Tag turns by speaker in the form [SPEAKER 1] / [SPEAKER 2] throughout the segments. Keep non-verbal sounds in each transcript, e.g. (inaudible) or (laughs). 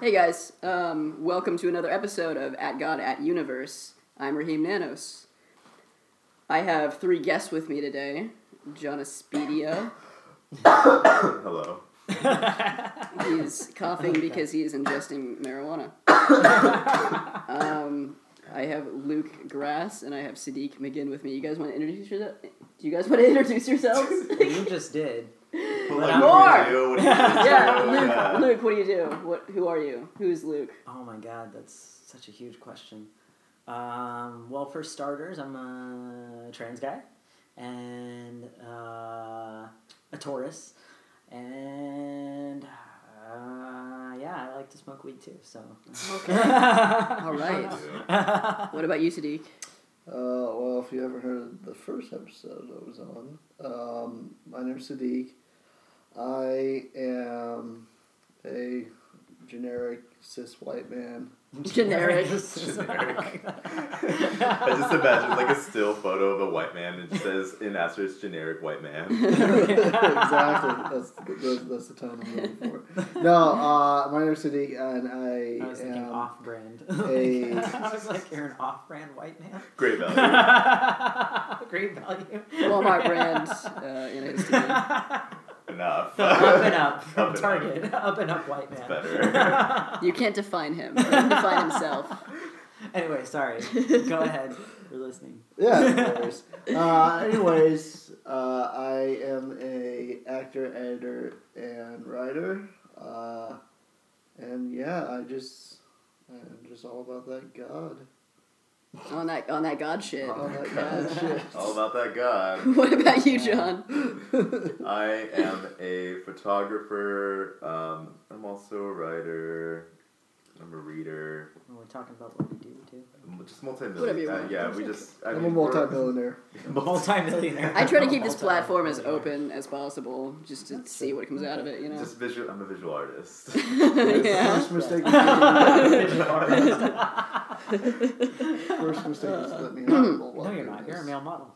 [SPEAKER 1] Hey guys, um, welcome to another episode of At God at Universe. I'm Raheem Nanos. I have three guests with me today: John Espedia.
[SPEAKER 2] Hello.
[SPEAKER 1] (laughs) He's coughing because he is ingesting marijuana. um, I have Luke Grass and I have Sadiq McGinn with me. You guys want to introduce yourself? Do you guys want to (laughs) introduce yourselves?
[SPEAKER 3] Well, you just did.
[SPEAKER 2] Like,
[SPEAKER 1] More!
[SPEAKER 2] what do you do? What do you do?
[SPEAKER 1] yeah, Luke.
[SPEAKER 2] Yeah.
[SPEAKER 1] Luke, what do you do? What? Who are you? Who is Luke?
[SPEAKER 3] Oh my god, that's such a huge question. Um, well, for starters, I'm a trans guy and uh, a Taurus, and uh, yeah, I like to smoke weed too. So
[SPEAKER 1] All right.
[SPEAKER 4] (laughs)
[SPEAKER 1] What about you, Sadiq?
[SPEAKER 4] Uh, well, if you ever heard the first episode I was on, um, my name's Sadiq. I am a generic cis white
[SPEAKER 3] (laughs)
[SPEAKER 4] man. (laughs)
[SPEAKER 1] Generic.
[SPEAKER 2] I just imagine like a still photo of a white man and it says in asterisk generic white man.
[SPEAKER 4] exactly. That's, that's, that's the tone I'm looking
[SPEAKER 3] (laughs)
[SPEAKER 4] for. No, uh, my name's Sadiq, and I,
[SPEAKER 3] I was thinking
[SPEAKER 4] am.
[SPEAKER 3] off-brand. (laughs)
[SPEAKER 4] a-
[SPEAKER 3] I was like, you're an off-brand white
[SPEAKER 2] (laughs)
[SPEAKER 3] man.
[SPEAKER 2] Great
[SPEAKER 4] (laughs)
[SPEAKER 2] value.
[SPEAKER 3] (laughs) Great value.
[SPEAKER 1] Walmart brand uh, in a history.
[SPEAKER 2] Enough.
[SPEAKER 3] (laughs) up and up
[SPEAKER 2] Up
[SPEAKER 3] from
[SPEAKER 2] and up.
[SPEAKER 3] Target. Up. and up, white man. (laughs)
[SPEAKER 2] Better.
[SPEAKER 1] You can't define him. He can define himself.
[SPEAKER 3] Anyway, sorry. Go ahead. We're listening.
[SPEAKER 4] Yeah. Anyways, uh, anyways uh, I am a actor, editor, and writer, uh, and yeah, I just I'm just all about that God.
[SPEAKER 1] On that on that god
[SPEAKER 2] Oh
[SPEAKER 1] shit.
[SPEAKER 4] All that God shit.
[SPEAKER 2] All about that God.
[SPEAKER 1] What about you, John?
[SPEAKER 2] I am a photographer. Um, I'm also a writer. I'm a reader.
[SPEAKER 3] When we're talking about what we do
[SPEAKER 2] (laughs)
[SPEAKER 3] too.
[SPEAKER 2] I'm just multi-million.
[SPEAKER 1] Whatever you
[SPEAKER 2] uh,
[SPEAKER 1] want.
[SPEAKER 2] yeah, we just. I
[SPEAKER 4] I'm a
[SPEAKER 2] mean, we're- (laughs)
[SPEAKER 4] multimillionaire.
[SPEAKER 3] Multi-millionaire. (laughs)
[SPEAKER 1] I try to keep this platform as open as possible, just to see what comes out of it. You know.
[SPEAKER 2] Just visual. I'm a visual artist.
[SPEAKER 4] (laughs)
[SPEAKER 1] yeah.
[SPEAKER 4] First
[SPEAKER 2] (laughs)
[SPEAKER 4] mistake. Was
[SPEAKER 3] no,
[SPEAKER 4] first mistake was let
[SPEAKER 2] (laughs)
[SPEAKER 4] me not.
[SPEAKER 3] you're not. You're a male model.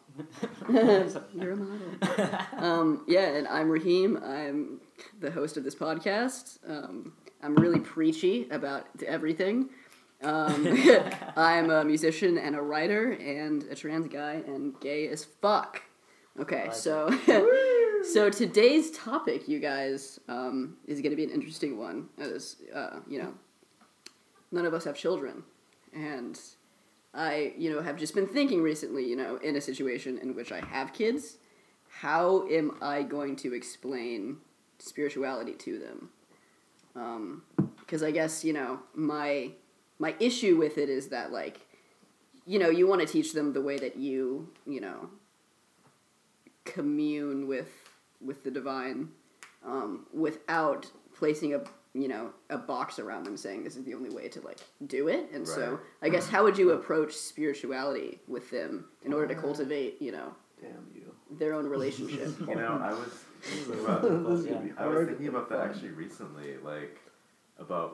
[SPEAKER 3] (clears throat)
[SPEAKER 1] You're a model. (laughs) Um, yeah, and I'm Raheem. I'm the host of this podcast. Um, I'm really preachy about everything. Um, (laughs) I'm a musician and a writer and a trans guy and gay as fuck. Okay,
[SPEAKER 3] like
[SPEAKER 1] so (laughs) so today's topic, you guys, um, is going to be an interesting one. As uh, you know, none of us have children, and I, you know, have just been thinking recently, you know, in a situation in which I have kids, how am I going to explain spirituality to them? Because Um, I guess you know my my issue with it is that like, you know, you want to teach them the way that you you know commune with with the divine um, without placing a you know a box around them saying this is the only way to like do it and so
[SPEAKER 2] Right.
[SPEAKER 1] i guess how would you approach spirituality with them in order to cultivate you know
[SPEAKER 4] Damn you.
[SPEAKER 1] their own relationship
[SPEAKER 2] You know, I was thinking about,
[SPEAKER 4] (laughs) This is gonna be
[SPEAKER 2] I was
[SPEAKER 4] hard.
[SPEAKER 2] thinking about that actually recently, like about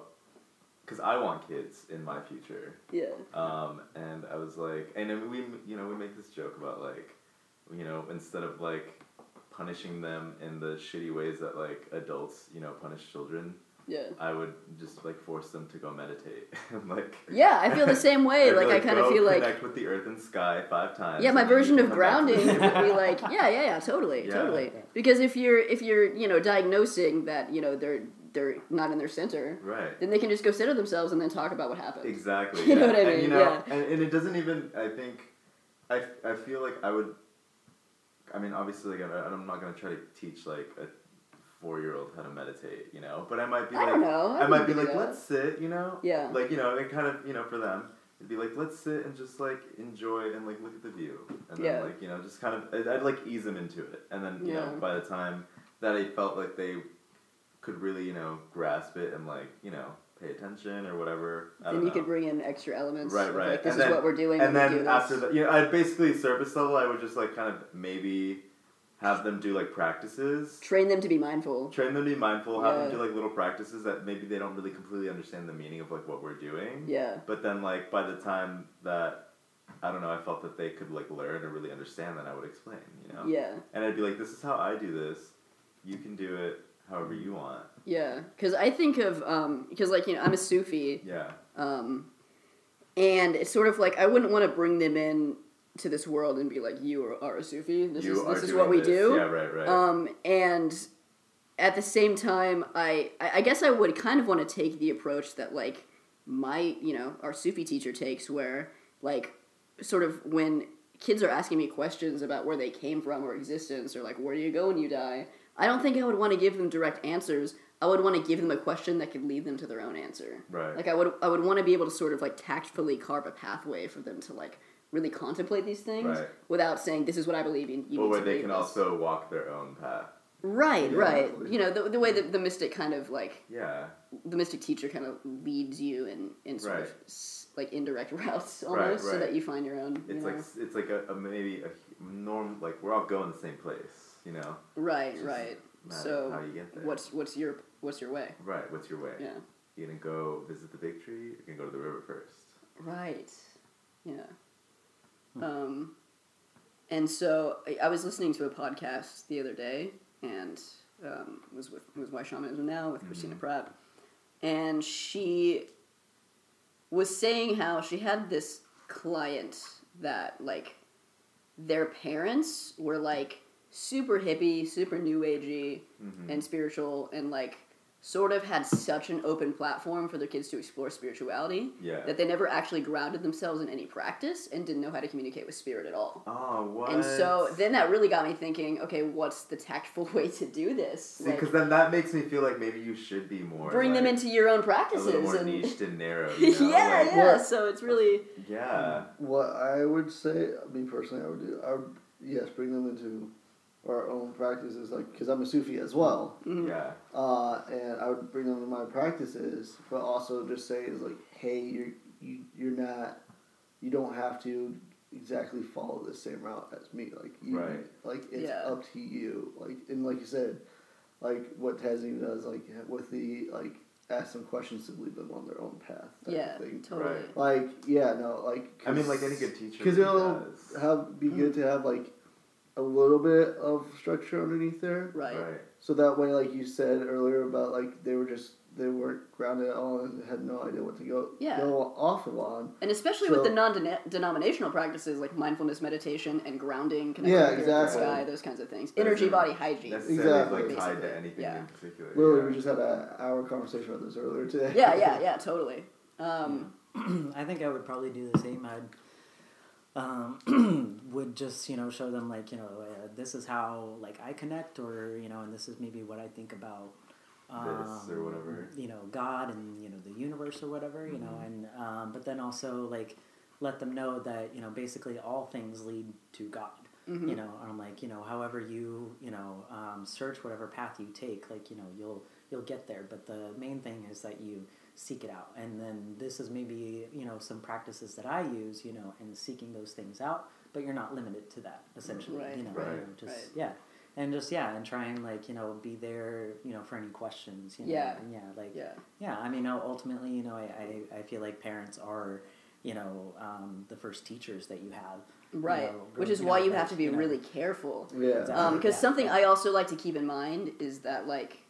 [SPEAKER 2] because I want kids in my future,
[SPEAKER 1] yeah
[SPEAKER 2] um, and I was like, and then we, you know, we make this joke about like, you know, instead of like punishing them in the shitty ways that like adults, you know, punish children,
[SPEAKER 1] yeah
[SPEAKER 2] I would just like force them to go meditate (laughs) and like.
[SPEAKER 1] yeah i feel the same way
[SPEAKER 2] I'd be
[SPEAKER 1] like i kind of
[SPEAKER 2] "Go
[SPEAKER 1] feel like
[SPEAKER 2] connect with the earth and sky five times.
[SPEAKER 1] yeah my
[SPEAKER 2] and then you
[SPEAKER 1] version
[SPEAKER 2] can
[SPEAKER 1] of
[SPEAKER 2] come back to
[SPEAKER 1] grounding
[SPEAKER 2] the
[SPEAKER 1] would
[SPEAKER 2] table."
[SPEAKER 1] be like yeah yeah yeah totally
[SPEAKER 2] Yeah.
[SPEAKER 1] totally because if you're if you're you know diagnosing that you know they're they're not in their center
[SPEAKER 2] (laughs) right.
[SPEAKER 1] then they can just go sit with themselves and then talk about what happened
[SPEAKER 2] Exactly.
[SPEAKER 1] (laughs) You know what
[SPEAKER 2] yeah.
[SPEAKER 1] I
[SPEAKER 2] And,
[SPEAKER 1] mean?
[SPEAKER 2] you know,
[SPEAKER 1] Yeah.
[SPEAKER 2] and, and it doesn't even. I think. I, I feel like I would. I mean, obviously, like I, I'm not gonna try to teach like a four year old how to meditate, you know. But I might be
[SPEAKER 1] I
[SPEAKER 2] like,
[SPEAKER 1] don't know. I
[SPEAKER 2] I, might be
[SPEAKER 1] wouldn't do
[SPEAKER 2] like,
[SPEAKER 1] that.
[SPEAKER 2] let's sit, you know.
[SPEAKER 1] Yeah.
[SPEAKER 2] Like you know, and kind of you know for them. It'd be like let's sit and just like enjoy and like look at the view and
[SPEAKER 1] Yeah.
[SPEAKER 2] then like you know just kind of I'd, I'd like ease them into it and then you
[SPEAKER 1] Yeah.
[SPEAKER 2] know by the time that I felt like they could really you know grasp it and like you know pay attention or whatever I
[SPEAKER 1] then
[SPEAKER 2] don't
[SPEAKER 1] you
[SPEAKER 2] know.
[SPEAKER 1] could bring in extra elements
[SPEAKER 2] Right,
[SPEAKER 1] of,
[SPEAKER 2] right.
[SPEAKER 1] like this
[SPEAKER 2] and
[SPEAKER 1] is
[SPEAKER 2] then,
[SPEAKER 1] what we're doing
[SPEAKER 2] And
[SPEAKER 1] when we
[SPEAKER 2] then
[SPEAKER 1] do
[SPEAKER 2] after
[SPEAKER 1] this.
[SPEAKER 2] that, you know, I basically surface level. I would just like kind of maybe have them do like practices,
[SPEAKER 1] train them to be mindful
[SPEAKER 2] train them to be mindful, have
[SPEAKER 1] Yeah.
[SPEAKER 2] them do like little practices that maybe they don't really completely understand the meaning of like what we're doing.
[SPEAKER 1] yeah
[SPEAKER 2] But then like by the time that I don't know, I felt that they could like learn or really understand. Then I would explain, you know.
[SPEAKER 1] yeah
[SPEAKER 2] And I'd be like, "This is how I do this. You can do it. however you want.
[SPEAKER 1] Yeah, because I think of um, because like you know I'm a Sufi,
[SPEAKER 2] Yeah.
[SPEAKER 1] um, and it's sort of like I wouldn't want to bring them in to this world and be like you are, are a Sufi. This
[SPEAKER 2] you
[SPEAKER 1] is
[SPEAKER 2] are
[SPEAKER 1] this is
[SPEAKER 2] doing
[SPEAKER 1] what we
[SPEAKER 2] this.
[SPEAKER 1] do.
[SPEAKER 2] Yeah, right, right.
[SPEAKER 1] Um, and at the same time, I, I I guess I would kind of want to take the approach that like my you know our Sufi teacher takes, where like sort of when kids are asking me questions about where they came from or existence or like where do you go when you die, I don't think I would want to give them direct answers. I would want to give them a question that could lead them to their own answer.
[SPEAKER 2] Right.
[SPEAKER 1] Like I would I would want to be able to sort of like tactfully carve a pathway for them to like really contemplate these things
[SPEAKER 2] Right.
[SPEAKER 1] without saying this is what I believe in. You
[SPEAKER 2] but
[SPEAKER 1] need
[SPEAKER 2] where
[SPEAKER 1] to
[SPEAKER 2] they
[SPEAKER 1] believe
[SPEAKER 2] can
[SPEAKER 1] this."
[SPEAKER 2] also walk their own path.
[SPEAKER 1] Right,
[SPEAKER 4] Yeah,
[SPEAKER 1] right.
[SPEAKER 4] definitely.
[SPEAKER 1] You know, the, the way
[SPEAKER 2] Mm-hmm.
[SPEAKER 1] that the mystic kind of like
[SPEAKER 2] Yeah.
[SPEAKER 1] the mystic teacher kind of leads you in in sort of
[SPEAKER 2] Right.
[SPEAKER 1] s- like indirect (laughs) routes almost,
[SPEAKER 2] Right,
[SPEAKER 1] so
[SPEAKER 2] right.
[SPEAKER 1] that you find your own. you
[SPEAKER 2] It's like
[SPEAKER 1] know.
[SPEAKER 2] it's like a, a maybe a norm. Like we're all going the same place. You know.
[SPEAKER 1] right,
[SPEAKER 2] just
[SPEAKER 1] right.
[SPEAKER 2] matter
[SPEAKER 1] So
[SPEAKER 2] how you get there.
[SPEAKER 1] what's what's your what's your way?
[SPEAKER 2] Right. What's your way?
[SPEAKER 1] Yeah,
[SPEAKER 2] You gonna go visit the big tree? You're gonna go to the river first.
[SPEAKER 1] right. Yeah. Um, and so I, I was listening to a podcast the other day, and um, it was with it was why shamanism now with Christina Pratt, and she was saying how she had this client that like their parents were like super hippie, super new agey
[SPEAKER 2] Mm-hmm.
[SPEAKER 1] and spiritual and like sort of had such an open platform for their kids to explore spirituality
[SPEAKER 2] Yeah.
[SPEAKER 1] that they never actually grounded themselves in any practice and didn't know how to communicate with spirit at all.
[SPEAKER 2] Oh, what?
[SPEAKER 1] And so then that really got me thinking, okay, what's the tactful (laughs) way to do this?
[SPEAKER 2] See, because then that makes me feel like maybe you should be more
[SPEAKER 1] bring them
[SPEAKER 2] like,
[SPEAKER 1] into your own
[SPEAKER 2] a
[SPEAKER 1] practices
[SPEAKER 2] little more
[SPEAKER 1] and (laughs)
[SPEAKER 2] niched and narrow.
[SPEAKER 1] yeah,
[SPEAKER 2] You know? like,
[SPEAKER 1] yeah.
[SPEAKER 4] What-
[SPEAKER 1] So it's really
[SPEAKER 2] Yeah.
[SPEAKER 4] What I would say, I mean, personally, I would do, I would, yes, bring them into our own practices, like, because I'm a Sufi as well.
[SPEAKER 1] Mm-hmm.
[SPEAKER 2] Yeah.
[SPEAKER 4] Uh, and I would bring them to my practices, but also just say, is like, hey, you're, you, you're not, you don't have to exactly follow the same route as me. Like, you,
[SPEAKER 2] Right.
[SPEAKER 4] like it's
[SPEAKER 1] Yeah.
[SPEAKER 4] up to you. Like, and like you said, like what Tasneem does, like with the, like, ask them questions to lead them on their own path. type
[SPEAKER 1] yeah,
[SPEAKER 4] of thing.
[SPEAKER 1] totally.
[SPEAKER 2] Right.
[SPEAKER 4] Like, yeah, no, like.
[SPEAKER 2] I mean, like any good teacher.
[SPEAKER 4] Because it'll
[SPEAKER 2] does.
[SPEAKER 4] have,
[SPEAKER 1] Hmm.
[SPEAKER 4] be good to have, like, a little bit of structure underneath there.
[SPEAKER 1] Right.
[SPEAKER 2] Right.
[SPEAKER 4] So that way, like you said earlier about, like, they were just, they weren't grounded at all and had no idea what to go,
[SPEAKER 1] Yeah.
[SPEAKER 4] go off of on.
[SPEAKER 1] And especially
[SPEAKER 4] So-
[SPEAKER 1] with the non-denominational practices like mindfulness meditation and grounding, connecting
[SPEAKER 4] Yeah,
[SPEAKER 1] with the earth and
[SPEAKER 4] exactly.
[SPEAKER 1] sky, those kinds of things. Energy,
[SPEAKER 2] isn't
[SPEAKER 1] body, hygiene.
[SPEAKER 2] Necessarily
[SPEAKER 4] Exactly.
[SPEAKER 2] like tied to
[SPEAKER 1] Basically,
[SPEAKER 2] anything
[SPEAKER 1] yeah.
[SPEAKER 2] in particular.
[SPEAKER 4] Literally,
[SPEAKER 2] yeah.
[SPEAKER 4] we just had a hour conversation about this earlier today.
[SPEAKER 1] Yeah,
[SPEAKER 2] (laughs)
[SPEAKER 1] yeah, yeah, totally. Um,
[SPEAKER 3] I think I would probably do the same. I'd um, (clears throat) would just you know show them like you know uh, this is how like I connect or you know and this is maybe what I think about um,
[SPEAKER 2] This or whatever.
[SPEAKER 3] you know God and you know the universe or whatever you
[SPEAKER 1] Mm-hmm.
[SPEAKER 3] know and um, but then also like let them know that you know basically all things lead to God.
[SPEAKER 1] Mm-hmm.
[SPEAKER 3] You know, and I'm like, you know, however you, you know, um, search whatever path you take, like, you know, you'll you'll get there. But the main thing is that you seek it out. And then this is maybe, you know, some practices that I use, you know, and seeking those things out, but you're not limited to that, essentially.
[SPEAKER 1] Right.
[SPEAKER 3] You know,
[SPEAKER 2] Right.
[SPEAKER 3] you know, just
[SPEAKER 1] Right.
[SPEAKER 3] yeah. And just yeah, and try and like, you know, be there, you know, for any questions, you know.
[SPEAKER 1] Yeah.
[SPEAKER 3] And yeah, like
[SPEAKER 1] yeah,
[SPEAKER 3] yeah, I mean, ultimately, you know, I, I, I feel like parents are, you know, um, the first teachers that you have. you
[SPEAKER 1] right.
[SPEAKER 3] know,
[SPEAKER 1] Which
[SPEAKER 3] grow-
[SPEAKER 1] is why
[SPEAKER 3] know,
[SPEAKER 1] you
[SPEAKER 3] like,
[SPEAKER 1] have to be
[SPEAKER 3] you know,
[SPEAKER 1] really careful.
[SPEAKER 4] (laughs) Yeah.
[SPEAKER 3] Exactly.
[SPEAKER 1] Um, because
[SPEAKER 3] Yeah.
[SPEAKER 1] something I also like to keep in mind is that like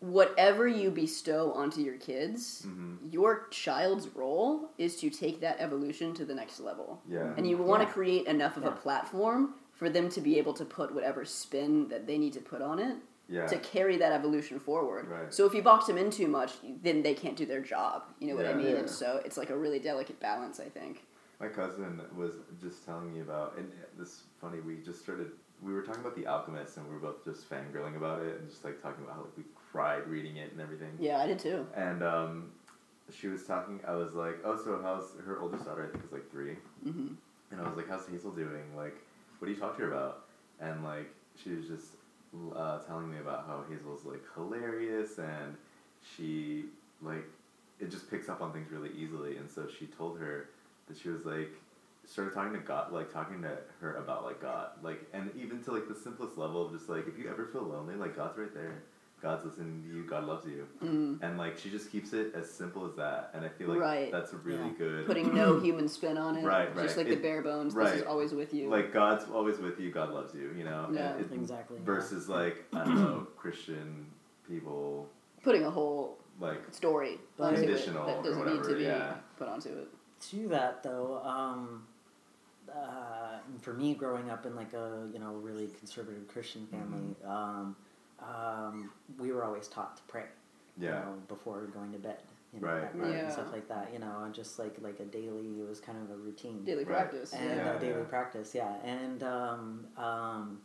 [SPEAKER 1] whatever you bestow onto your kids,
[SPEAKER 2] Mm-hmm.
[SPEAKER 1] your child's role is to take that evolution to the next level.
[SPEAKER 2] Yeah.
[SPEAKER 1] And you want to
[SPEAKER 3] Yeah.
[SPEAKER 1] create enough of a
[SPEAKER 3] Yeah.
[SPEAKER 1] platform for them to be able to put whatever spin that they need to put on it
[SPEAKER 2] yeah.
[SPEAKER 1] to carry that evolution forward.
[SPEAKER 2] Right.
[SPEAKER 1] So if you box them in too much, then they can't do their job. You know what I
[SPEAKER 2] Yeah.
[SPEAKER 1] mean?
[SPEAKER 4] Yeah.
[SPEAKER 1] And so it's like a really delicate balance, I think.
[SPEAKER 2] My cousin was just telling me about, and this funny. We just started. We were talking about The Alchemist, and we were both just fangirling about it, and just like talking about how like we cried reading it and everything.
[SPEAKER 1] Yeah, I did too.
[SPEAKER 2] And um, she was talking. I was like, "Oh, so how's her oldest daughter? I think is like 3
[SPEAKER 1] Mhm.
[SPEAKER 2] And I was like, "How's Hazel doing? Like, what do you talk to her about?" And like, she was just uh, telling me about how Hazel's like hilarious, and she like it just picks up on things really easily. And so she told her that she was like started talking to God, like talking to her about like God, like, and even to like the simplest level of just like if you ever feel lonely, like God's right there. God's listening to you. God loves you.
[SPEAKER 1] Mm.
[SPEAKER 2] And like she just keeps it as simple as that. And I feel like
[SPEAKER 1] Right.
[SPEAKER 2] that's really
[SPEAKER 3] Yeah.
[SPEAKER 2] good.
[SPEAKER 1] Putting
[SPEAKER 3] (clears throat)
[SPEAKER 1] no human spin on it.
[SPEAKER 2] Right,
[SPEAKER 1] Just
[SPEAKER 2] right.
[SPEAKER 1] like the
[SPEAKER 2] It-
[SPEAKER 1] bare bones. This
[SPEAKER 2] right.
[SPEAKER 1] is always with you.
[SPEAKER 2] like God's always with you. God loves you. You know. And
[SPEAKER 1] Yeah.
[SPEAKER 2] it-
[SPEAKER 3] Exactly. yeah.
[SPEAKER 2] Versus like I don't know (clears throat) Christian people
[SPEAKER 1] putting a whole
[SPEAKER 2] like
[SPEAKER 1] story
[SPEAKER 3] But-
[SPEAKER 1] onto it
[SPEAKER 2] Conditional
[SPEAKER 1] that
[SPEAKER 2] or
[SPEAKER 1] doesn't need to
[SPEAKER 2] whatever,
[SPEAKER 1] be
[SPEAKER 2] yeah.
[SPEAKER 1] put onto it.
[SPEAKER 3] to that though um, uh, for me growing up in like a you know really conservative christian
[SPEAKER 2] Mm-hmm.
[SPEAKER 3] family um, um, we were always taught to pray you
[SPEAKER 2] yeah
[SPEAKER 3] know, before going to bed you know,
[SPEAKER 2] Right,
[SPEAKER 3] at
[SPEAKER 2] right.
[SPEAKER 3] night and
[SPEAKER 1] Yeah.
[SPEAKER 3] stuff like that you know and just like like a daily it was kind of a routine
[SPEAKER 1] Daily
[SPEAKER 2] Right.
[SPEAKER 1] practice.
[SPEAKER 3] and
[SPEAKER 1] yeah.
[SPEAKER 2] Yeah.
[SPEAKER 3] uh, daily practice yeah and um, um,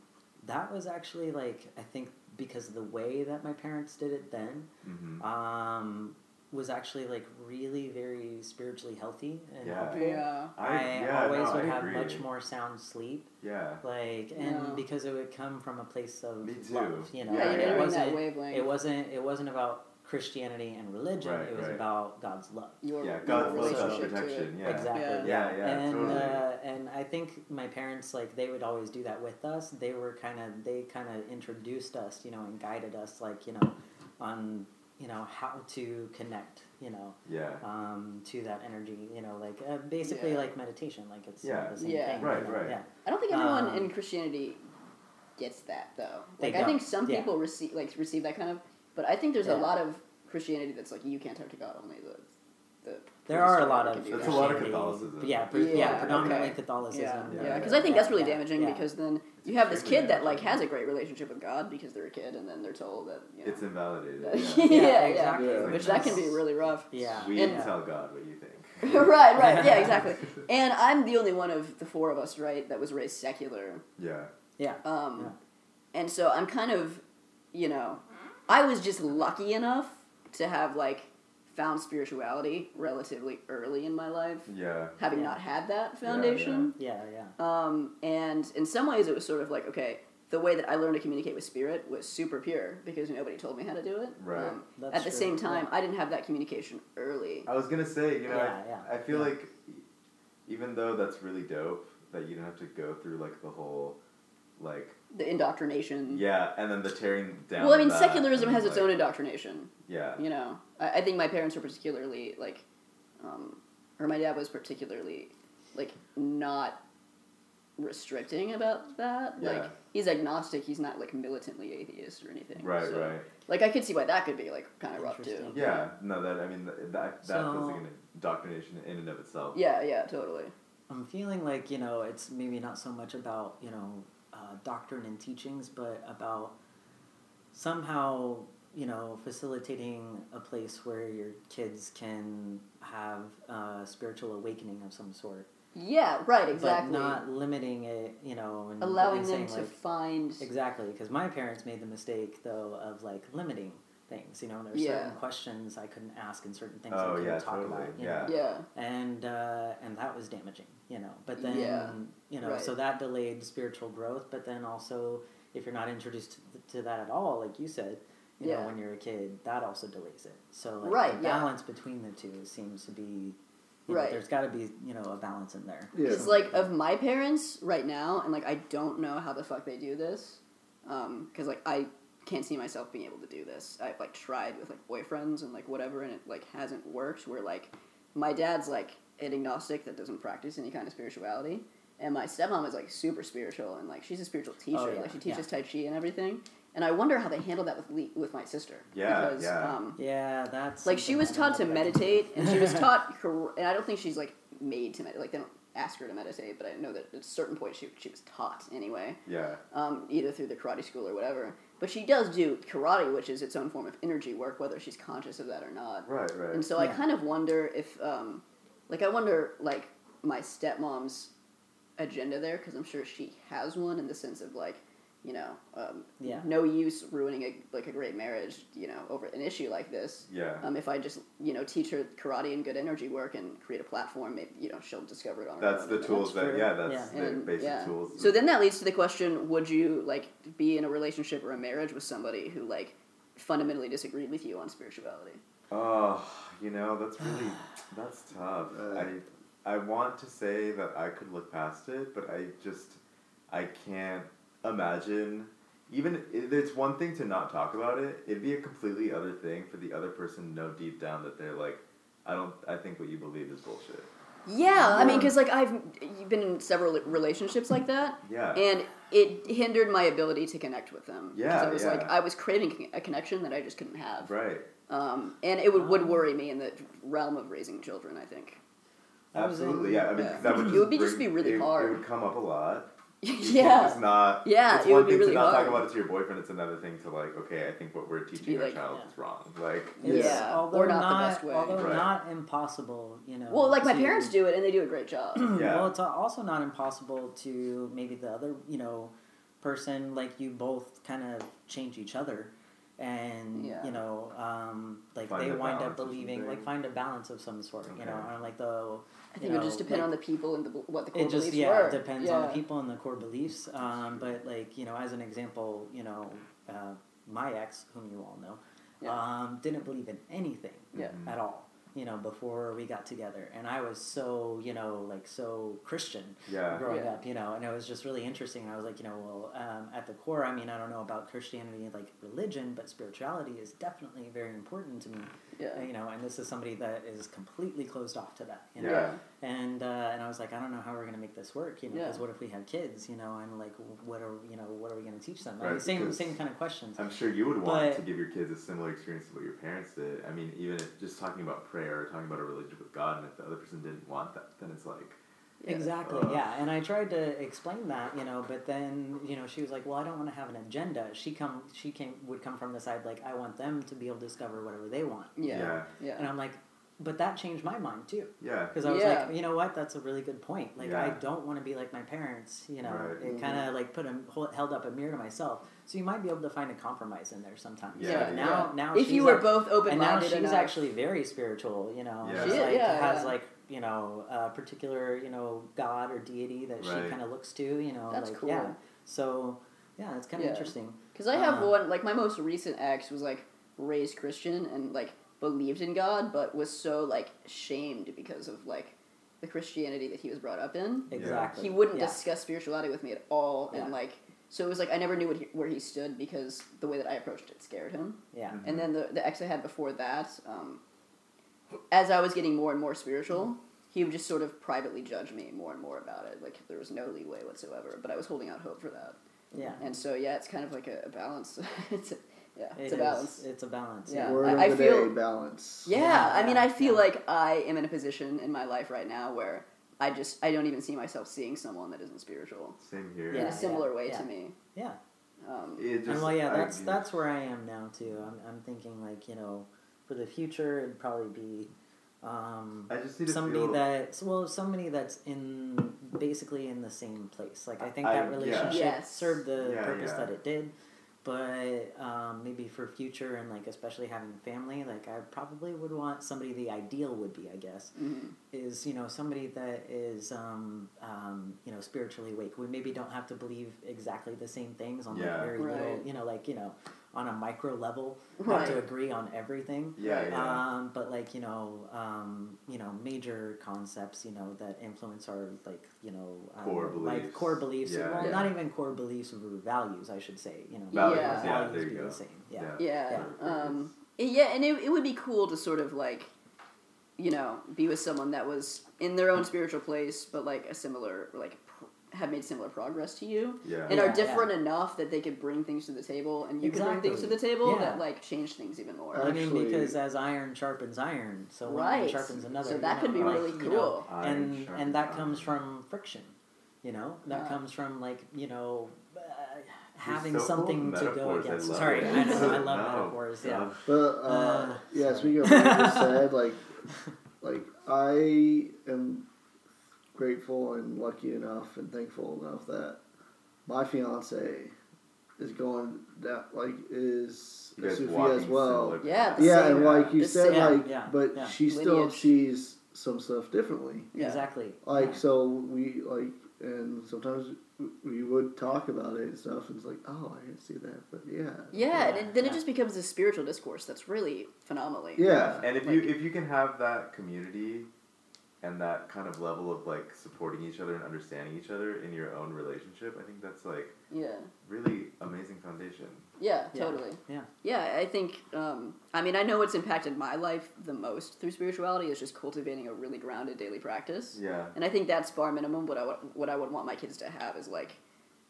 [SPEAKER 3] that was actually like i think because of the way that my parents did it then
[SPEAKER 2] hmm
[SPEAKER 3] um, was actually like really very spiritually healthy and
[SPEAKER 2] Yeah.
[SPEAKER 3] helpful.
[SPEAKER 1] Yeah.
[SPEAKER 3] I
[SPEAKER 2] yeah,
[SPEAKER 3] always
[SPEAKER 2] no,
[SPEAKER 3] would
[SPEAKER 2] I
[SPEAKER 3] have
[SPEAKER 2] agree.
[SPEAKER 3] much more sound sleep,
[SPEAKER 2] yeah
[SPEAKER 3] like, and
[SPEAKER 1] Yeah.
[SPEAKER 3] because it would come from a place of
[SPEAKER 2] Me too.
[SPEAKER 3] love, you know.
[SPEAKER 1] Yeah, you're
[SPEAKER 2] Yeah,
[SPEAKER 3] and
[SPEAKER 2] yeah.
[SPEAKER 1] getting
[SPEAKER 3] It
[SPEAKER 1] on that
[SPEAKER 3] wasn't.
[SPEAKER 1] wavelength.
[SPEAKER 3] It wasn't. It wasn't about Christianity and religion.
[SPEAKER 2] Right,
[SPEAKER 3] it was
[SPEAKER 2] right.
[SPEAKER 3] about God's love.
[SPEAKER 1] your,
[SPEAKER 2] yeah
[SPEAKER 1] your
[SPEAKER 2] God loves
[SPEAKER 1] relationship
[SPEAKER 2] us
[SPEAKER 1] to it.
[SPEAKER 2] protection yeah
[SPEAKER 3] Exactly.
[SPEAKER 1] Yeah.
[SPEAKER 2] yeah yeah
[SPEAKER 3] and
[SPEAKER 2] totally
[SPEAKER 3] uh, and I think my parents like they would always do that with us. They were kind of they kind of introduced us, you know, and guided us like you know, on you know how to connect, you know,
[SPEAKER 2] yeah
[SPEAKER 3] um, to that energy, you know, like uh, basically
[SPEAKER 1] Yeah.
[SPEAKER 3] like meditation, like it's
[SPEAKER 2] Yeah.
[SPEAKER 3] the same
[SPEAKER 1] Yeah.
[SPEAKER 3] thing, you
[SPEAKER 2] Right,
[SPEAKER 3] know,
[SPEAKER 2] right.
[SPEAKER 3] yeah.
[SPEAKER 1] I don't think everyone
[SPEAKER 3] Um,
[SPEAKER 1] in Christianity gets that though.
[SPEAKER 3] They
[SPEAKER 1] Like I think
[SPEAKER 3] don't,
[SPEAKER 1] some
[SPEAKER 3] yeah.
[SPEAKER 1] people receive like receive that kind of, but I think there's
[SPEAKER 3] Yeah.
[SPEAKER 1] a lot of Christianity that's like you can't talk to God only the. the
[SPEAKER 3] There are a
[SPEAKER 1] priest
[SPEAKER 3] lot
[SPEAKER 1] can
[SPEAKER 3] of
[SPEAKER 1] do
[SPEAKER 2] That's
[SPEAKER 1] that.
[SPEAKER 2] a lot of
[SPEAKER 3] Christianity,
[SPEAKER 2] Catholicism.
[SPEAKER 3] Yeah, pre-
[SPEAKER 1] Yeah,
[SPEAKER 3] yeah, predominantly
[SPEAKER 1] okay.
[SPEAKER 3] Catholicism.
[SPEAKER 1] Yeah,
[SPEAKER 2] Yeah,
[SPEAKER 1] yeah,
[SPEAKER 2] yeah.
[SPEAKER 1] because I think that's really
[SPEAKER 3] Yeah,
[SPEAKER 1] damaging.
[SPEAKER 3] yeah.
[SPEAKER 1] Because then you have this
[SPEAKER 2] extremely
[SPEAKER 1] kid that like
[SPEAKER 2] damaging.
[SPEAKER 1] has a great relationship with God because they're a kid, and then they're told that you know, (laughs)
[SPEAKER 2] it's invalidated
[SPEAKER 1] Yeah,
[SPEAKER 2] yeah.
[SPEAKER 1] yeah.
[SPEAKER 3] exactly.
[SPEAKER 4] Yeah.
[SPEAKER 3] Which
[SPEAKER 1] that can
[SPEAKER 3] is-
[SPEAKER 1] be really rough.
[SPEAKER 3] Yeah,
[SPEAKER 2] we
[SPEAKER 1] And-
[SPEAKER 2] tell God what you think
[SPEAKER 1] (laughs) right, right, yeah, exactly. And I'm the only one of the four of us, right, that was raised secular.
[SPEAKER 2] yeah
[SPEAKER 3] yeah,
[SPEAKER 1] Um, And so I'm kind of, you know, I was just lucky enough to have like found spirituality relatively early in my life,
[SPEAKER 2] yeah
[SPEAKER 1] having
[SPEAKER 3] Yeah.
[SPEAKER 1] not had that foundation.
[SPEAKER 3] yeah, yeah.
[SPEAKER 1] Um, and in some ways, it was sort of like okay. The way that I learned to communicate with spirit was super pure because nobody told me how to do it.
[SPEAKER 2] Right.
[SPEAKER 1] Um,
[SPEAKER 3] That's
[SPEAKER 1] at the
[SPEAKER 3] true,
[SPEAKER 1] same time,
[SPEAKER 3] yeah.
[SPEAKER 1] I didn't have that communication early.
[SPEAKER 2] I was gonna say, you know,
[SPEAKER 3] Yeah,
[SPEAKER 2] I,
[SPEAKER 3] yeah,
[SPEAKER 2] I feel
[SPEAKER 3] yeah.
[SPEAKER 2] like even though that's really dope that you don't have to go through like the whole, like
[SPEAKER 1] The indoctrination.
[SPEAKER 2] yeah, and then the tearing down.
[SPEAKER 1] Mm. Well, I
[SPEAKER 2] of
[SPEAKER 1] mean,
[SPEAKER 2] that,
[SPEAKER 1] secularism
[SPEAKER 2] and,
[SPEAKER 1] has its
[SPEAKER 2] like,
[SPEAKER 1] own indoctrination.
[SPEAKER 2] Yeah,
[SPEAKER 1] You know, I, I think my parents were particularly like, um, or my dad was particularly like not restricting about that. Like
[SPEAKER 2] Yeah.
[SPEAKER 1] he's agnostic. He's not like militantly atheist or anything.
[SPEAKER 2] right,
[SPEAKER 1] so-
[SPEAKER 2] right.
[SPEAKER 1] Like I could see why that could be like kind of rough too.
[SPEAKER 3] Interesting.
[SPEAKER 2] Yeah, no, that I mean th- that that feels like
[SPEAKER 3] So-
[SPEAKER 2] an indoctrination in and of itself.
[SPEAKER 1] Yeah, yeah, totally.
[SPEAKER 3] I'm feeling like you know it's maybe not so much about you know uh, doctrine and teachings, but about somehow you know facilitating a place where your kids can have a spiritual awakening of some sort,
[SPEAKER 1] Yeah, right, exactly.
[SPEAKER 3] but not limiting it. You know, and
[SPEAKER 1] Allowing
[SPEAKER 3] and
[SPEAKER 1] them
[SPEAKER 3] saying,
[SPEAKER 1] to
[SPEAKER 3] like,
[SPEAKER 1] find.
[SPEAKER 3] Exactly, because my parents made the mistake though of like limiting things. You know, and there's
[SPEAKER 1] Yeah.
[SPEAKER 3] certain questions I couldn't ask and certain things I
[SPEAKER 2] Oh,
[SPEAKER 3] couldn't
[SPEAKER 2] yeah,
[SPEAKER 3] talk
[SPEAKER 2] totally,
[SPEAKER 3] about. You
[SPEAKER 2] yeah.
[SPEAKER 3] Know?
[SPEAKER 1] Yeah,
[SPEAKER 3] And uh, and that was damaging. You know, but then
[SPEAKER 1] Yeah,
[SPEAKER 3] you know,
[SPEAKER 1] right.
[SPEAKER 3] so that delayed spiritual growth. But then also, if you're not introduced to, to that at all, like you said. You
[SPEAKER 1] Yeah.
[SPEAKER 3] know, when you're a kid, that also delays it. So like,
[SPEAKER 1] Right,
[SPEAKER 3] the
[SPEAKER 1] yeah.
[SPEAKER 3] balance between the two seems to be, you
[SPEAKER 1] Right.
[SPEAKER 3] know, there's got to be you know a balance in there.
[SPEAKER 4] Yeah.
[SPEAKER 1] It's like of my parents right now, and like I don't know how the fuck they do this, because like I can't see myself being able to do this. I've like tried with like boyfriends and like whatever, and it like hasn't worked. Where like my dad's like an agnostic that doesn't practice any kind of spirituality, and my stepmom is like super spiritual and like she's a spiritual teacher,
[SPEAKER 3] Oh, yeah,
[SPEAKER 1] like she teaches tai chi and everything. And I wonder how they handle that with Lee, with my sister.
[SPEAKER 2] Yeah,
[SPEAKER 1] because,
[SPEAKER 2] yeah.
[SPEAKER 1] Um,
[SPEAKER 3] yeah, that's
[SPEAKER 1] like she
[SPEAKER 3] something
[SPEAKER 1] was
[SPEAKER 3] I don't
[SPEAKER 1] taught to
[SPEAKER 3] know that I can do.
[SPEAKER 1] meditate, and she
[SPEAKER 3] (laughs)
[SPEAKER 1] was taught, cor- and I don't think she's like made to meditate. Like they don't ask her to meditate, but I know that at a certain point she she was taught anyway,
[SPEAKER 2] yeah,
[SPEAKER 1] um, either through the karate school or whatever. But she does do karate, which is its own form of energy work, whether she's conscious of that or not.
[SPEAKER 2] right, right.
[SPEAKER 1] And so I
[SPEAKER 3] Yeah.
[SPEAKER 1] kind of wonder if, um, like, I wonder like my stepmom's agenda there because I'm sure she has one in the sense of like, you know, um,
[SPEAKER 3] Yeah.
[SPEAKER 1] no use ruining a like a great marriage, you know, over an issue like this.
[SPEAKER 2] yeah,
[SPEAKER 1] Um, if I just you know teach her karate and good energy work and create a platform, maybe you know she'll discover it on her
[SPEAKER 2] that's
[SPEAKER 1] own.
[SPEAKER 2] the tools that
[SPEAKER 3] true.
[SPEAKER 2] yeah, that's
[SPEAKER 3] Yeah.
[SPEAKER 2] the
[SPEAKER 1] And,
[SPEAKER 2] basic
[SPEAKER 1] yeah.
[SPEAKER 2] tools.
[SPEAKER 1] So then that leads to the question: Would you like be in a relationship or a marriage with somebody who like fundamentally disagreed with you on spirituality?
[SPEAKER 2] Oh, you know, that's
[SPEAKER 1] (sighs)
[SPEAKER 2] really that's tough.
[SPEAKER 4] Uh,
[SPEAKER 2] I I want to say that I could look past it, but I just I can't imagine even if it's one thing to not talk about it, it'd be a completely other thing for the other person to know deep down that they're like, I don't, I think what you believe is bullshit.
[SPEAKER 1] Yeah, I mean,
[SPEAKER 2] Yeah.
[SPEAKER 1] because like I've been in several relationships like that,
[SPEAKER 2] Yeah.
[SPEAKER 1] and it hindered my ability to connect with them. 'Cause
[SPEAKER 2] Yeah,
[SPEAKER 1] I was
[SPEAKER 2] yeah.
[SPEAKER 1] like I was craving a connection that I just couldn't have.
[SPEAKER 2] right.
[SPEAKER 1] Um, and it would, would worry me in the realm of raising children. I think.
[SPEAKER 3] I was in-
[SPEAKER 2] Absolutely. Yeah. I mean, 'cause
[SPEAKER 1] Yeah.
[SPEAKER 2] that would
[SPEAKER 1] It
[SPEAKER 2] just
[SPEAKER 1] would be- just
[SPEAKER 2] bring-
[SPEAKER 1] be really
[SPEAKER 2] it, It
[SPEAKER 1] hard.
[SPEAKER 2] would come up a lot. It's
[SPEAKER 1] yeah.
[SPEAKER 2] not.
[SPEAKER 1] Yeah,
[SPEAKER 2] It's
[SPEAKER 1] it would
[SPEAKER 2] one
[SPEAKER 1] be
[SPEAKER 2] thing
[SPEAKER 1] really
[SPEAKER 2] to not
[SPEAKER 1] hard.
[SPEAKER 2] talk about it to your boyfriend. It's another thing to like, okay, I think what we're teaching our
[SPEAKER 1] like-
[SPEAKER 2] child
[SPEAKER 3] Yeah.
[SPEAKER 2] is wrong. Like,
[SPEAKER 3] It's,
[SPEAKER 1] Yeah,
[SPEAKER 3] although
[SPEAKER 1] or not the best way.
[SPEAKER 3] Although
[SPEAKER 2] Right.
[SPEAKER 3] not impossible, you know.
[SPEAKER 1] Well, like my
[SPEAKER 3] to-
[SPEAKER 1] parents do it, and they do a great job.
[SPEAKER 2] Yeah.
[SPEAKER 3] Hmm, Well, it's also not impossible to maybe the other, you know, person like you both kind of change each other, and
[SPEAKER 1] Yeah.
[SPEAKER 3] you know, um, like
[SPEAKER 2] Find
[SPEAKER 3] they
[SPEAKER 2] a
[SPEAKER 3] wind up
[SPEAKER 2] balance or
[SPEAKER 3] believing,
[SPEAKER 2] something.
[SPEAKER 3] like find a balance of some sort, you know,
[SPEAKER 2] Okay.
[SPEAKER 3] on like the.
[SPEAKER 1] I
[SPEAKER 3] you
[SPEAKER 1] think it would
[SPEAKER 3] know,
[SPEAKER 1] just depend
[SPEAKER 3] like,
[SPEAKER 1] on the people and the, bel- what the core
[SPEAKER 3] it just
[SPEAKER 1] beliefs
[SPEAKER 3] yeah
[SPEAKER 1] were.
[SPEAKER 3] it depends on the
[SPEAKER 1] Yeah.
[SPEAKER 3] people and the core beliefs um, but like you know as an example you know uh, my ex whom you all know
[SPEAKER 1] Yeah.
[SPEAKER 3] um, didn't believe in anything
[SPEAKER 1] Yeah.
[SPEAKER 3] at all you know before we got together and i was so you know like so christian
[SPEAKER 2] yeah.
[SPEAKER 3] growing
[SPEAKER 1] Yeah.
[SPEAKER 3] up you know and it was just really interesting i was like you know well um, at the core i mean i don't know about christianity and like religion but spirituality is definitely very important to me
[SPEAKER 1] Yeah.
[SPEAKER 3] you know and this is somebody that is completely closed off to that you know
[SPEAKER 2] Yeah.
[SPEAKER 3] and uh, and I was like, I don't know how we're gonna make this work, you know, because
[SPEAKER 1] Yeah.
[SPEAKER 3] what if we have kids, you know, and like, what are you know, what are we gonna teach them? I
[SPEAKER 2] Right,
[SPEAKER 3] mean, same
[SPEAKER 2] because-
[SPEAKER 3] same kind of questions.
[SPEAKER 2] I'm sure you would want
[SPEAKER 3] But-
[SPEAKER 2] to give your kids a similar experience to what your parents did. I mean, even if just talking about prayer or talking about a relationship with God, and if the other person didn't want that, then it's like,
[SPEAKER 1] Yeah.
[SPEAKER 3] Exactly,
[SPEAKER 2] Ugh.
[SPEAKER 3] yeah. And I tried to explain that, you know, but then you know she was like, well, I don't want to have an agenda. She come she came would come from the side like, I want them to be able to discover whatever they want,
[SPEAKER 1] Yeah.
[SPEAKER 2] Yeah.
[SPEAKER 1] Yeah.
[SPEAKER 3] and I'm like, but that changed my mind too.
[SPEAKER 2] yeah,
[SPEAKER 3] Because I was
[SPEAKER 1] Yeah.
[SPEAKER 3] like, you know what? That's a really good point. Like, I
[SPEAKER 2] Yeah.
[SPEAKER 3] don't want to be like my parents. You know,
[SPEAKER 2] Right.
[SPEAKER 1] Mm-hmm.
[SPEAKER 3] it kind of like put a hol- held up a mirror to myself. So you might be able to find a compromise in there sometimes.
[SPEAKER 2] Yeah,
[SPEAKER 3] Like, now,
[SPEAKER 1] yeah.
[SPEAKER 3] now
[SPEAKER 1] if
[SPEAKER 3] she's
[SPEAKER 1] you were
[SPEAKER 3] ac-
[SPEAKER 1] both open
[SPEAKER 3] and now
[SPEAKER 1] minded,
[SPEAKER 3] she's actually very spiritual. You know,
[SPEAKER 2] Yeah.
[SPEAKER 3] she's
[SPEAKER 2] She-
[SPEAKER 3] like
[SPEAKER 1] yeah,
[SPEAKER 3] has
[SPEAKER 1] yeah.
[SPEAKER 3] like you know a particular you know god or deity that she
[SPEAKER 2] Right.
[SPEAKER 3] kind of looks to. You know,
[SPEAKER 1] That's
[SPEAKER 3] like
[SPEAKER 1] cool.
[SPEAKER 3] yeah. So yeah, it's kind of
[SPEAKER 1] Yeah.
[SPEAKER 3] interesting.
[SPEAKER 1] Because I have
[SPEAKER 3] Uh.
[SPEAKER 1] one, like, my most recent ex was, like, raised Christian and, like, believed in God, but was so, like, shamed because of, like, the Christianity that he was brought up in.
[SPEAKER 3] Exactly.
[SPEAKER 1] He wouldn't
[SPEAKER 3] Yeah.
[SPEAKER 1] discuss spirituality with me at all, and,
[SPEAKER 3] Yeah.
[SPEAKER 1] like, so it was like I never knew what he, where he stood because the way that I approached it scared him.
[SPEAKER 3] Yeah.
[SPEAKER 2] Mhm.
[SPEAKER 1] And then the, the ex I had before that, um, as I was getting more and more spiritual, he would just sort of privately judge me more and more about it. Like there was no leeway whatsoever, but I was holding out hope for that.
[SPEAKER 3] Yeah.
[SPEAKER 1] And so yeah, it's kind of like a, a balance. (laughs) it's a, yeah,
[SPEAKER 3] It
[SPEAKER 1] it's a
[SPEAKER 3] is-
[SPEAKER 1] balance.
[SPEAKER 3] It's a balance.
[SPEAKER 1] Yeah.
[SPEAKER 4] Word
[SPEAKER 1] I-
[SPEAKER 4] of
[SPEAKER 1] I
[SPEAKER 4] the
[SPEAKER 1] feel-
[SPEAKER 4] day balance.
[SPEAKER 1] yeah,
[SPEAKER 3] Yeah,
[SPEAKER 1] I mean,
[SPEAKER 3] yeah,
[SPEAKER 1] I feel
[SPEAKER 3] yeah.
[SPEAKER 1] like I am in a position in my life right now where I just I don't even see myself seeing someone that isn't spiritual
[SPEAKER 2] same here.
[SPEAKER 1] in
[SPEAKER 3] Yeah,
[SPEAKER 1] a similar
[SPEAKER 3] yeah,
[SPEAKER 1] way
[SPEAKER 3] yeah.
[SPEAKER 1] to me.
[SPEAKER 3] Yeah.
[SPEAKER 1] Um,
[SPEAKER 2] It just,
[SPEAKER 3] and well, yeah,
[SPEAKER 2] I-
[SPEAKER 3] that's that's where I am now too. I'm I'm thinking like you know, for the future, it'd probably be um,
[SPEAKER 2] I just need to
[SPEAKER 3] somebody
[SPEAKER 2] feel,
[SPEAKER 3] that's well, somebody that's in basically in the same place. Like I think
[SPEAKER 2] I-
[SPEAKER 3] that
[SPEAKER 2] yeah.
[SPEAKER 3] relationship
[SPEAKER 1] Yes.
[SPEAKER 3] served the
[SPEAKER 2] Yeah,
[SPEAKER 3] purpose
[SPEAKER 2] yeah.
[SPEAKER 3] that it did, but um, maybe for future and like especially having a family, like I probably would want somebody. The ideal would be, I guess,
[SPEAKER 1] mhm.
[SPEAKER 3] is you know somebody that is um, um, you know spiritually awake. We maybe don't have to believe exactly the same things on like
[SPEAKER 2] Yeah.
[SPEAKER 3] very little,
[SPEAKER 1] Right.
[SPEAKER 3] you know, like you know, on a micro level,
[SPEAKER 1] Right.
[SPEAKER 3] have to agree on everything.
[SPEAKER 2] Yeah, yeah.
[SPEAKER 3] Um, but like you know, um, you know, major concepts, you know, that influence our like you know um,
[SPEAKER 2] Core
[SPEAKER 3] like
[SPEAKER 2] beliefs.
[SPEAKER 3] core beliefs.
[SPEAKER 2] Yeah,
[SPEAKER 3] well,
[SPEAKER 1] yeah.
[SPEAKER 3] not even core beliefs, values. I should say, you know,
[SPEAKER 2] Values,
[SPEAKER 1] Yeah.
[SPEAKER 2] yeah,
[SPEAKER 3] values
[SPEAKER 2] there you
[SPEAKER 3] be
[SPEAKER 2] go.
[SPEAKER 3] the same. Yeah.
[SPEAKER 1] Yeah.
[SPEAKER 2] Yeah.
[SPEAKER 1] Um, yeah, and it, it would be cool to sort of like, you know, be with someone that was in their own spiritual place, but like a similar, like, pr- have made similar progress to you
[SPEAKER 2] yeah.
[SPEAKER 1] and
[SPEAKER 3] Yeah,
[SPEAKER 1] are different enough that they could bring things to the table and you can bring things to
[SPEAKER 3] Exactly.
[SPEAKER 1] the table
[SPEAKER 3] Yeah.
[SPEAKER 1] that like change things even more.
[SPEAKER 4] Uh,
[SPEAKER 3] I mean,
[SPEAKER 4] Actually-
[SPEAKER 3] because as iron sharpens iron, so one iron
[SPEAKER 1] right.
[SPEAKER 3] sharpens another.
[SPEAKER 1] so
[SPEAKER 3] you
[SPEAKER 1] that
[SPEAKER 3] know,
[SPEAKER 1] could be
[SPEAKER 3] like,
[SPEAKER 1] really
[SPEAKER 3] you
[SPEAKER 1] cool.
[SPEAKER 3] know,
[SPEAKER 2] Iron
[SPEAKER 3] and
[SPEAKER 2] sharpens
[SPEAKER 3] and that comes
[SPEAKER 2] iron.
[SPEAKER 3] from friction you know that
[SPEAKER 1] Yeah.
[SPEAKER 3] comes from like you know uh, having
[SPEAKER 2] so full of
[SPEAKER 3] something to go
[SPEAKER 2] metaphors, I
[SPEAKER 3] against
[SPEAKER 2] love
[SPEAKER 3] sorry
[SPEAKER 2] it.
[SPEAKER 3] i know i
[SPEAKER 2] (laughs)
[SPEAKER 3] love
[SPEAKER 2] No.
[SPEAKER 3] metaphors yeah
[SPEAKER 2] Um,
[SPEAKER 4] But uh,
[SPEAKER 3] Uh,
[SPEAKER 4] yeah,
[SPEAKER 3] sorry.
[SPEAKER 4] speaking of what you just said, like, like I am grateful and lucky enough and thankful enough that my fiance is going that like is
[SPEAKER 2] you
[SPEAKER 4] a
[SPEAKER 2] guys
[SPEAKER 4] Sufi
[SPEAKER 2] walking
[SPEAKER 4] as well.
[SPEAKER 2] similar
[SPEAKER 1] Yeah,
[SPEAKER 2] paths.
[SPEAKER 1] the
[SPEAKER 4] Yeah,
[SPEAKER 1] same-
[SPEAKER 4] and like you
[SPEAKER 1] the
[SPEAKER 4] said,
[SPEAKER 1] same-
[SPEAKER 4] like,
[SPEAKER 3] Yeah,
[SPEAKER 4] but
[SPEAKER 3] yeah.
[SPEAKER 4] she still
[SPEAKER 1] Lineage.
[SPEAKER 4] sees some stuff differently.
[SPEAKER 1] Yeah.
[SPEAKER 3] exactly
[SPEAKER 4] Like
[SPEAKER 3] yeah.
[SPEAKER 4] so, we like, and sometimes w- we would talk about it and stuff, and it's like, oh, I didn't see that, but yeah,
[SPEAKER 1] Yeah, and
[SPEAKER 3] Yeah,
[SPEAKER 1] it, then
[SPEAKER 3] yeah.
[SPEAKER 1] it just becomes a spiritual discourse that's really phenomenally.
[SPEAKER 4] Yeah.
[SPEAKER 2] And if
[SPEAKER 1] Like-
[SPEAKER 2] you if you can have that community and that kind of level of like supporting each other and understanding each other in your own relationship, I think that's like
[SPEAKER 1] Yeah.
[SPEAKER 2] really amazing foundation.
[SPEAKER 1] Yeah,
[SPEAKER 3] Yeah.
[SPEAKER 1] totally.
[SPEAKER 3] Yeah.
[SPEAKER 1] Yeah, I think, um, I mean, I know what's impacted my life the most through spirituality is just cultivating a really grounded daily practice.
[SPEAKER 2] Yeah.
[SPEAKER 1] And I think that's bar minimum what I would, what I would want my kids to have is like,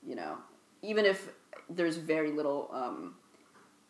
[SPEAKER 1] you know, even if there's very little um,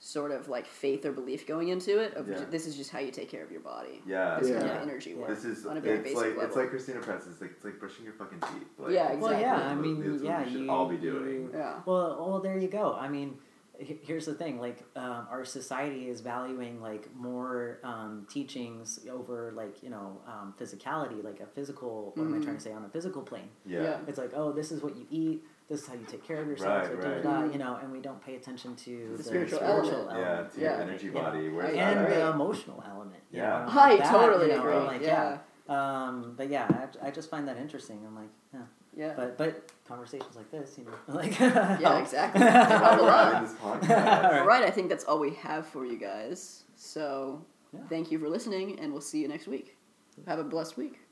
[SPEAKER 1] sort of like faith or belief going into it, of
[SPEAKER 2] Yeah.
[SPEAKER 1] ju- this is just how you take care of your body.
[SPEAKER 2] Yeah.
[SPEAKER 1] This
[SPEAKER 2] yeah.
[SPEAKER 1] kind
[SPEAKER 4] Yeah.
[SPEAKER 1] of energy work
[SPEAKER 2] This is
[SPEAKER 1] on a very
[SPEAKER 2] it's
[SPEAKER 1] basic
[SPEAKER 2] like
[SPEAKER 1] level.
[SPEAKER 2] it's like Christina Prince. It's like it's like brushing your fucking teeth. Like,
[SPEAKER 1] Yeah,
[SPEAKER 2] it's
[SPEAKER 1] exactly.
[SPEAKER 3] Well, yeah,
[SPEAKER 2] like
[SPEAKER 3] I
[SPEAKER 2] what-
[SPEAKER 3] mean,
[SPEAKER 2] it's what
[SPEAKER 3] yeah,
[SPEAKER 2] we should
[SPEAKER 3] you-
[SPEAKER 2] all be
[SPEAKER 3] you-
[SPEAKER 2] doing.
[SPEAKER 1] yeah.
[SPEAKER 3] Well, well, there you go. I mean, he- here's the thing: like, um, our society is valuing like more um, teachings over like you know um, physicality, like a physical. What am I trying
[SPEAKER 2] Mm-hmm.
[SPEAKER 3] to say on a physical plane?
[SPEAKER 2] Yeah.
[SPEAKER 1] Yeah.
[SPEAKER 3] It's like, oh, this is what you eat. This is how you take care of
[SPEAKER 2] Right,
[SPEAKER 3] yourself. da, da,
[SPEAKER 2] right.
[SPEAKER 3] da, da, you know, and we don't pay attention to
[SPEAKER 1] The spiritual element.
[SPEAKER 2] Yeah, to your
[SPEAKER 1] Yeah. Oh,
[SPEAKER 2] energy
[SPEAKER 3] Yeah.
[SPEAKER 2] body. Where's
[SPEAKER 1] Yeah.
[SPEAKER 2] that
[SPEAKER 3] and
[SPEAKER 2] at?
[SPEAKER 1] Right.
[SPEAKER 3] the emotional element. you
[SPEAKER 2] Yeah.
[SPEAKER 3] know,
[SPEAKER 1] I
[SPEAKER 3] that,
[SPEAKER 1] totally
[SPEAKER 3] you know,
[SPEAKER 1] agree.
[SPEAKER 3] Like,
[SPEAKER 1] yeah.
[SPEAKER 3] Um, but yeah, I, I just find that interesting. I'm like, yeah.
[SPEAKER 1] Yeah.
[SPEAKER 3] But but conversations like this, you know, (laughs) like
[SPEAKER 1] yeah, (laughs) exactly.
[SPEAKER 2] That's why
[SPEAKER 1] Help a
[SPEAKER 2] we're
[SPEAKER 1] lot.
[SPEAKER 2] having this podcast.
[SPEAKER 1] All right, I think that's all we have for you guys. So
[SPEAKER 3] Yeah.
[SPEAKER 1] thank you for listening, and we'll see you next week. Have a blessed week.